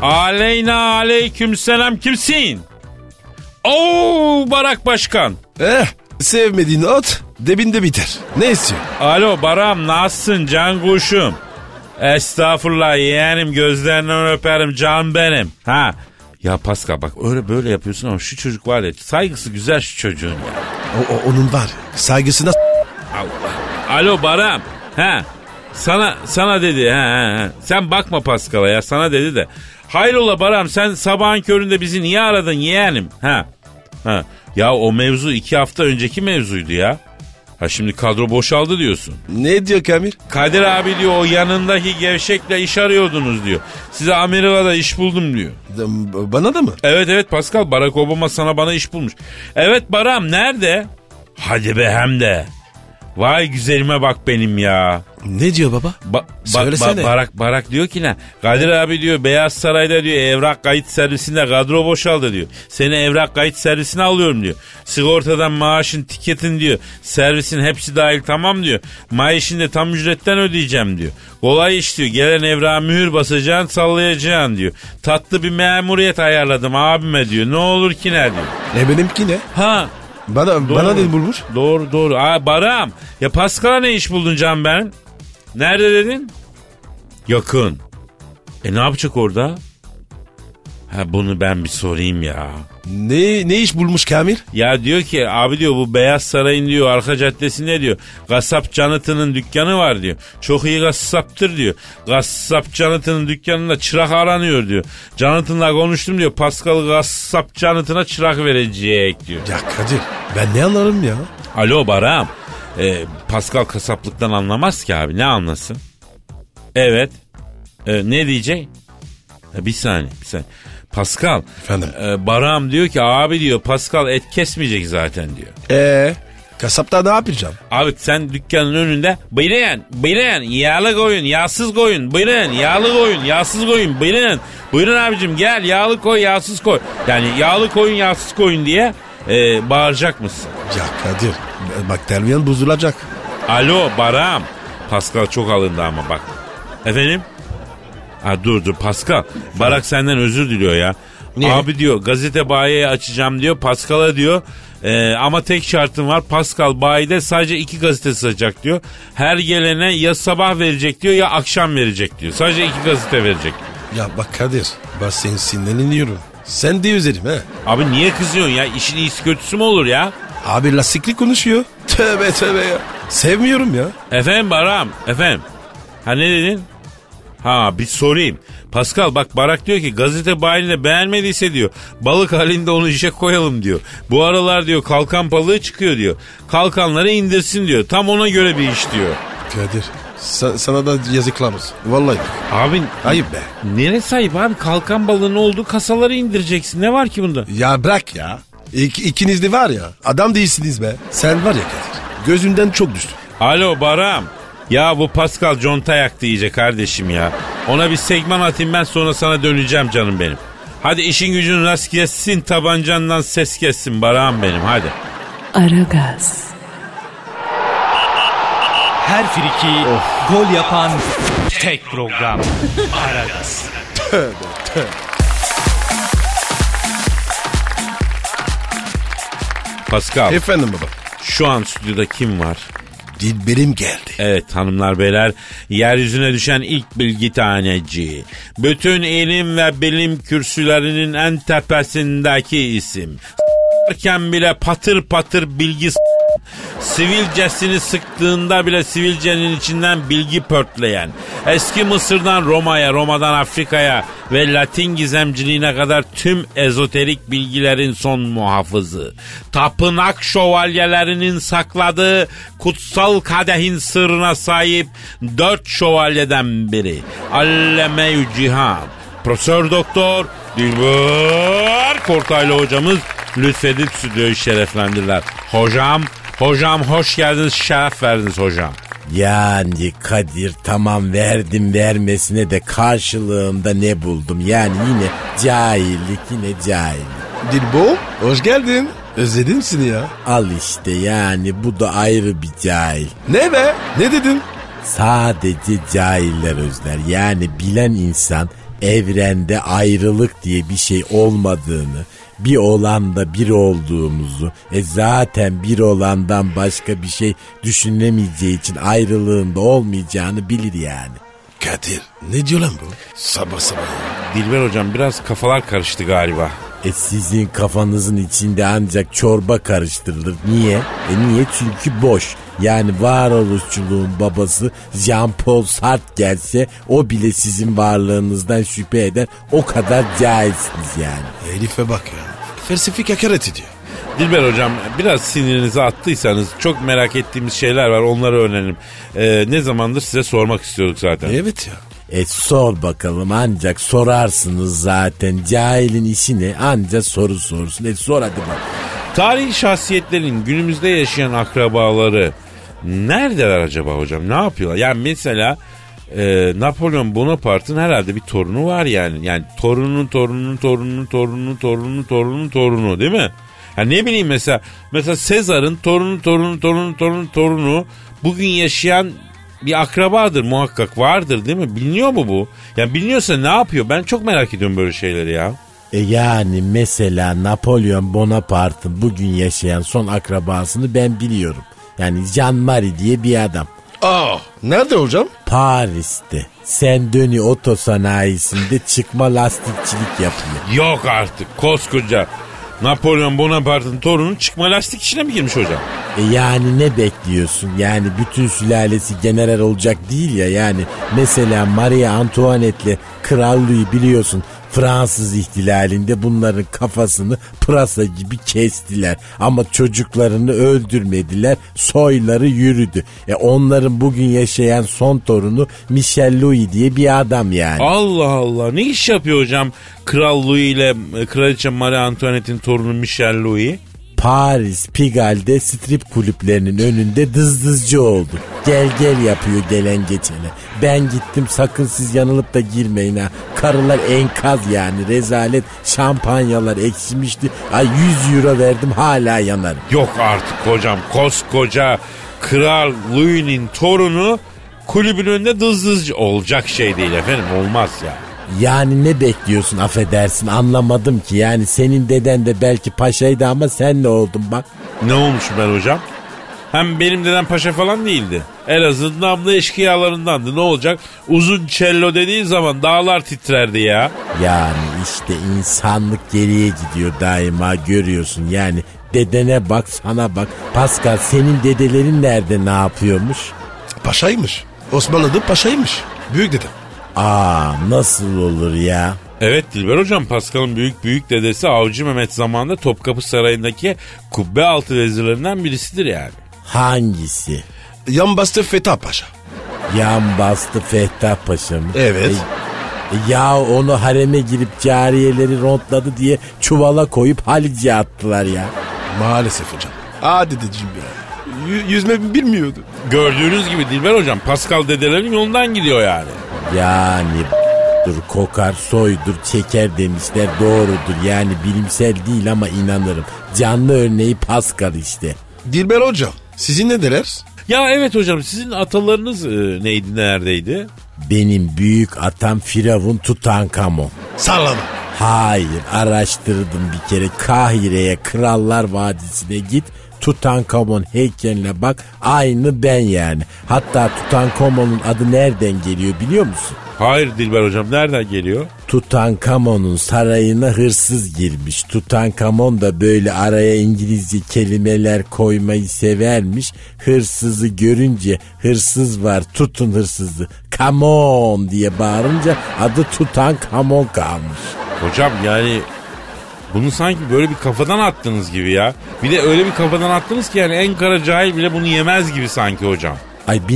S2: Aleyna aleyküm selam kimsin? Oo Barak Başkan.
S3: Eh sevmediğin ot debinde biter. Ne istiyor?
S2: Alo Baram nasılsın can kuşum? Estağfurullah yeğenim gözlerinden öperim can benim. Ha ya Pascal bak öyle böyle yapıyorsun ama şu çocuk var ya saygısı güzel şu çocuğun ya.
S3: O, o- onun var. Saygısına s-
S2: Allah. Alo Baram. Ha sana sana dedi ha, ha, ha. sen bakma Pascal'a ya sana dedi de. Hayrola Baram sen sabahın köründe bizi niye aradın yeğenim? Ha. Ha. Ya o mevzu iki hafta önceki mevzuydu ya. Ha şimdi kadro boşaldı diyorsun.
S3: Ne diyor Kamil?
S2: Kadir abi diyor o yanındaki gevşekle iş arıyordunuz diyor. Size Amerika'da iş buldum diyor.
S3: D- Bana da mı?
S2: Evet evet Pascal Barack Obama sana bana iş bulmuş. Evet Baram nerede? Hadi be hem de. Vay güzelime bak benim ya.
S3: Ne diyor baba?
S2: Ba- ba-
S3: Söylesene.
S2: ba- barak Barak diyor ki ne? Kadir abi diyor Beyaz Saray'da diyor evrak kayıt servisinde kadro boşaldı diyor. Seni evrak kayıt servisine alıyorum diyor. Sigortadan maaşın tiketin diyor. Servisin hepsi dahil tamam diyor. Maaşını de tam ücretten ödeyeceğim diyor. Kolay iş diyor. Gelen evrağa mühür basacaksın sallayacaksın diyor. Tatlı bir memuriyet ayarladım abime diyor. Ne olur ki ne diyor.
S3: E benimki ne?
S2: Ha
S3: Bana, bana
S2: Doğru.
S3: dedi bulmuş.
S2: Doğru doğru. Aa, Baram ya Pascal ne iş buldun can ben? Nerede dedin? Yakın. E ne yapacak orada? Ha bunu ben bir sorayım ya.
S3: Ne, ne iş bulmuş Kamil?
S2: Ya diyor ki abi diyor bu Beyaz Saray'ın diyor arka caddesinde diyor Gassap Canıtı'nın dükkanı var diyor. Çok iyi gassaptır diyor. Gassap Canıtı'nın dükkanında çırak aranıyor diyor. Canıtın'la konuştum diyor. Pascal Gassap Canıtı'na çırak verecek diyor.
S3: Ya Kadir ben ne anlarım ya?
S2: Alo Baram. Ee, Pascal kasaplıktan anlamaz ki abi. Ne anlasın? Evet. Ee, ne diyecek? Ha, bir saniye. Bir saniye. Pascal.
S3: Efendim?
S2: e, Baram diyor ki abi diyor Pascal et kesmeyecek zaten diyor.
S3: Ee, kasapta ne yapacağım?
S2: Abi sen dükkanın önünde buyurun buyurun yağlı koyun yağsız koyun buyurun yağlı koyun yağsız koyun buyurun buyurun abicim gel yağlı koy yağsız koy. Yani yağlı koyun yağsız koyun diye e, bağıracak mısın?
S3: Ya Kadir bak terbiyen bozulacak.
S2: Alo Baram. Pascal çok alındı ama bak. Efendim? Ha, dur dur Pascal. Barak senden özür diliyor ya.
S3: Niye?
S2: Abi diyor gazete bayiye açacağım diyor. Pascal'a diyor. "Ee, ama tek şartım var. Pascal bayide sadece iki gazete satacak diyor. Her gelene ya sabah verecek diyor ya akşam verecek diyor. Sadece iki gazete verecek.
S3: Ya bak Kadir ben senin sinirleniyorum. Sen de üzerim he.
S2: Abi niye kızıyorsun ya? İşin iyisi kötüsü mü olur ya?
S3: Abi lastikli konuşuyor. Tövbe tövbe ya. Sevmiyorum ya.
S2: Efendim Baram, efendim. Ha ne dedin? Ha bir sorayım. Pascal bak Barak diyor ki gazete bayilini beğenmediyse diyor balık halinde onu işe koyalım diyor. Bu aralar diyor kalkan balığı çıkıyor diyor. Kalkanları indirsin diyor. Tam ona göre bir iş diyor.
S3: Kadir sa- sana da yazıklar olsun. Vallahi bak,
S2: Abi
S3: ayıp be.
S2: neresi ayıp abi kalkan balığının olduğu kasaları indireceksin. Ne var ki bunda?
S3: Ya bırak ya. İk, ikiniz de var ya adam değilsiniz be. Sen var ya Kadir. Gözünden çok düştün.
S2: Alo Baram. Ya bu Pascal conta yaktı iyice kardeşim ya. Ona bir segman atayım ben sonra sana döneceğim canım benim. Hadi işin gücün rast kessin tabancandan ses kessin Baram benim hadi.
S1: Aragaz,
S4: Her friki
S8: Oh.
S4: gol yapan tek program. Aragaz.
S2: Pascal
S3: Efendim baba.
S2: şu an stüdyoda kim var?
S3: Dilberim geldi.
S2: Evet hanımlar beyler yeryüzüne düşen ilk bilgi taneci. Bütün ilim ve bilim kürsülerinin en tepesindeki isim. S**erken bile patır patır bilgi s- Sivilcesini sıktığında bile sivilcenin içinden bilgi pörtleyen, eski Mısır'dan Roma'ya, Roma'dan Afrika'ya ve Latin gizemciliğine kadar tüm ezoterik bilgilerin son muhafızı, tapınak şövalyelerinin sakladığı kutsal kadehin sırrına sahip dört şövalyeden biri, Alleme-i Cihan, Profesör Doktor Dilber Kortaylı hocamız lütfedip stüdyoyu şereflendirdiler. Hocam, hocam hoş geldiniz, şeref verdiniz hocam.
S9: Yani Kadir tamam verdim vermesine de karşılığında ne buldum? Yani yine cahillik yine cahillik.
S3: Dilbo hoş geldin. Özledim seni ya.
S9: Al işte yani bu da ayrı bir cahil.
S3: Ne be? Ne dedin?
S9: Sadece cahiller özler. Yani bilen insan evrende ayrılık diye bir şey olmadığını, bir olanda bir olduğumuzu, e zaten bir olandan başka bir şey düşünemeyeceği için ayrılığında olmayacağını bilir yani.
S3: Kadir ne diyor lan bu? Sabah sabah ya.
S2: Dilber hocam biraz kafalar karıştı galiba.
S9: E sizin kafanızın içinde ancak çorba karıştırılır. Niye? E niye? Çünkü boş. Yani varoluşçuluğun babası Jean-Paul Sartre gelse o bile sizin varlığınızdan şüphe eder. O kadar cahilsiniz yani.
S3: Elif'e bak ya. Felsefik hakaret ediyor.
S2: Dilber hocam biraz sinirinizi attıysanız çok merak ettiğimiz şeyler var onları öğrenelim. Ee, ne zamandır size sormak istiyorduk zaten.
S3: Evet ya.
S9: E sor bakalım ancak sorarsınız zaten. Cahilin işi ne? Ancak soru sorsun. E sor hadi bak.
S2: Tarihi şahsiyetlerin günümüzde yaşayan akrabaları neredeler acaba hocam? Ne yapıyorlar? Yani mesela e, Napolyon Bonaparte'ın herhalde bir torunu var yani. Yani torunun torunun torunun torunun torunun torunun torunu değil mi? Ha ne bileyim mesela mesela Sezar'ın torunu torunu torunu torunu torunu bugün yaşayan bir akrabadır muhakkak vardır değil mi? Biliniyor mu bu? Yani biliniyorsa ne yapıyor? Ben çok merak ediyorum böyle şeyleri ya.
S9: E yani mesela Napolyon Bonaparte'ın bugün yaşayan son akrabasını ben biliyorum. Yani Jean Marie diye bir adam.
S3: Aa. Nerede hocam?
S9: Paris'te Sendoni Oto Sanayisi'nde çıkma lastikçilik yapıyor.
S2: Yok artık koskoca. Napolyon Bonaparte'ın torunu çıkma lastik işine mi girmiş hocam?
S9: E yani ne bekliyorsun? Yani bütün sülalesi general olacak değil ya yani. Mesela Maria Antoinette'le Kral Louis biliyorsun Fransız ihtilalinde bunların kafasını pırasa gibi kestiler. Ama çocuklarını öldürmediler. Soyları yürüdü. E onların bugün yaşayan son torunu Michel Louis diye bir adam yani.
S2: Allah Allah ne iş yapıyor hocam Kral Louis ile e, Kraliçe Marie Antoinette'in torunu Michel Louis?
S9: Paris Pigalle strip kulüplerinin önünde dızdızcı oldu. Gel gel yapıyor gelen geçene. Ben gittim sakın siz yanılıp da girmeyin ha. Karılar enkaz yani rezalet. Şampanyalar ekşimişti. Ay 100 euro verdim hala yanarım.
S2: Yok artık hocam koskoca Kral Louis'nin torunu kulübün önünde dızdızcı olacak şey değil efendim olmaz ya.
S9: Yani ne bekliyorsun affedersin anlamadım ki. Yani senin deden de belki paşaydı ama sen ne oldun bak.
S2: Ne olmuş ben hocam? Hem benim dedem paşa falan değildi. Elazığ'ın namlı eşkıyalarındandı. Ne olacak? Uzun çello dediği zaman dağlar titrerdi ya.
S9: Yani işte insanlık geriye gidiyor daima görüyorsun yani dedene bak sana bak Pascal senin dedelerin nerede ne yapıyormuş?
S3: Paşaymış. Osmanlı'da paşaymış. Büyük dedem.
S9: Aa nasıl olur ya?
S2: Evet Dilber Hocam Pascal'ın büyük büyük dedesi Avcı Mehmet zamanında Topkapı Sarayı'ndaki kubbe altı vezirlerinden birisidir yani.
S9: Hangisi?
S3: Yan bastı Feta Paşa.
S9: Yan bastı Fettah Paşa mı?
S3: Evet.
S9: E, Ya onu hareme girip cariyeleri rondladı diye çuvala koyup Halice attılar ya.
S3: Maalesef hocam. Hadi dedim ya. Yü- yüzme bilmiyordu.
S2: Gördüğünüz gibi Dilber hocam Pascal dedelerin yolundan gidiyor yani.
S9: Yani dur kokar soydur çeker demişler doğrudur. Yani bilimsel değil ama inanırım. Canlı örneği Pascal işte.
S3: Dilber hocam sizin ne derler?
S2: Ya evet hocam sizin atalarınız e, neydi neredeydi?
S9: Benim büyük atam Firavun Tutankamon.
S3: Sallama.
S9: Hayır araştırdım bir kere Kahire'ye Krallar Vadisi'ne git Tutankamon heykeline bak aynı ben yani. Hatta Tutankamon'un adı nereden geliyor biliyor musun?
S2: Hayır Dilber hocam nereden geliyor?
S9: Tutankamon'un sarayına hırsız girmiş. Tutankamon da böyle araya İngilizce kelimeler koymayı severmiş. Hırsızı görünce hırsız var tutun hırsızı. Come on diye bağırınca adı Tutankamon kalmış.
S2: Hocam yani bunu sanki böyle bir kafadan attınız gibi ya. Bir de öyle bir kafadan attınız ki yani en kara cahil bile bunu yemez gibi sanki hocam.
S9: Ay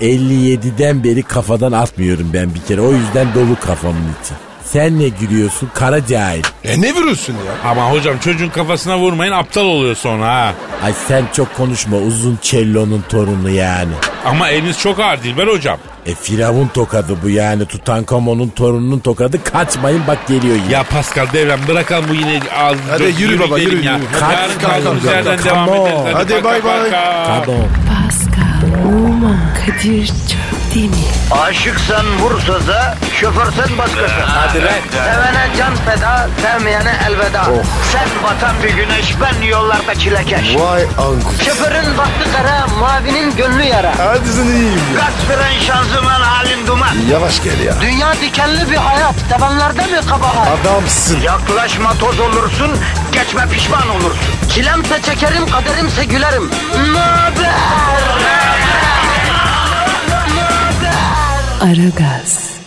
S9: 1957'den beri kafadan atmıyorum ben bir kere. O yüzden dolu kafamın içi. Sen ne gülüyorsun kara cahil?
S3: E ne vurursun ya?
S2: Ama hocam çocuğun kafasına vurmayın aptal oluyor sonra ha.
S9: Ay sen çok konuşma uzun çellonun torunu yani.
S2: Ama eliniz çok ağır Dilber hocam.
S9: E Firavun tokadı bu yani Tutankamon'un torununun tokadı kaçmayın bak geliyor yine.
S2: Ya Pascal devrem bırakalım bu yine ağzı.
S3: Hadi
S2: Dö-
S3: yürü baba,
S2: gidelim
S3: yürü,
S2: ya.
S3: yürü.
S2: Hadi Yarın
S3: Kalk, kalk,
S2: kaldığımız
S3: kalk,
S2: yerden
S9: kalk.
S2: devam
S9: Come
S2: ederiz.
S9: on.
S3: Hadi
S2: paka,
S3: bay bay.
S2: paka.
S9: Pardon.
S1: Pascal, Oman, Kadir çok değil mi?
S10: Aşıksan vursa da, şoförsen başkasın. Ee, Hadi lan. Oh. Sevene can feda, sevmeyene elveda. Sen batan bir güneş, ben yollarda çilekeş.
S3: Vay anku.
S10: Şoförün baktı kara, mavinin gönlü yara.
S3: Hadi sen iyiyim ya.
S10: Kasperen şanzıman halin duman.
S3: Yavaş gel ya.
S10: Dünya dikenli bir hayat, sevenlerde mi kabahar?
S3: Adamsın.
S10: Yaklaşma toz olursun, geçme pişman olursun. Çilemse çekerim, kaderimse gülerim. Möber!
S1: Aragaz.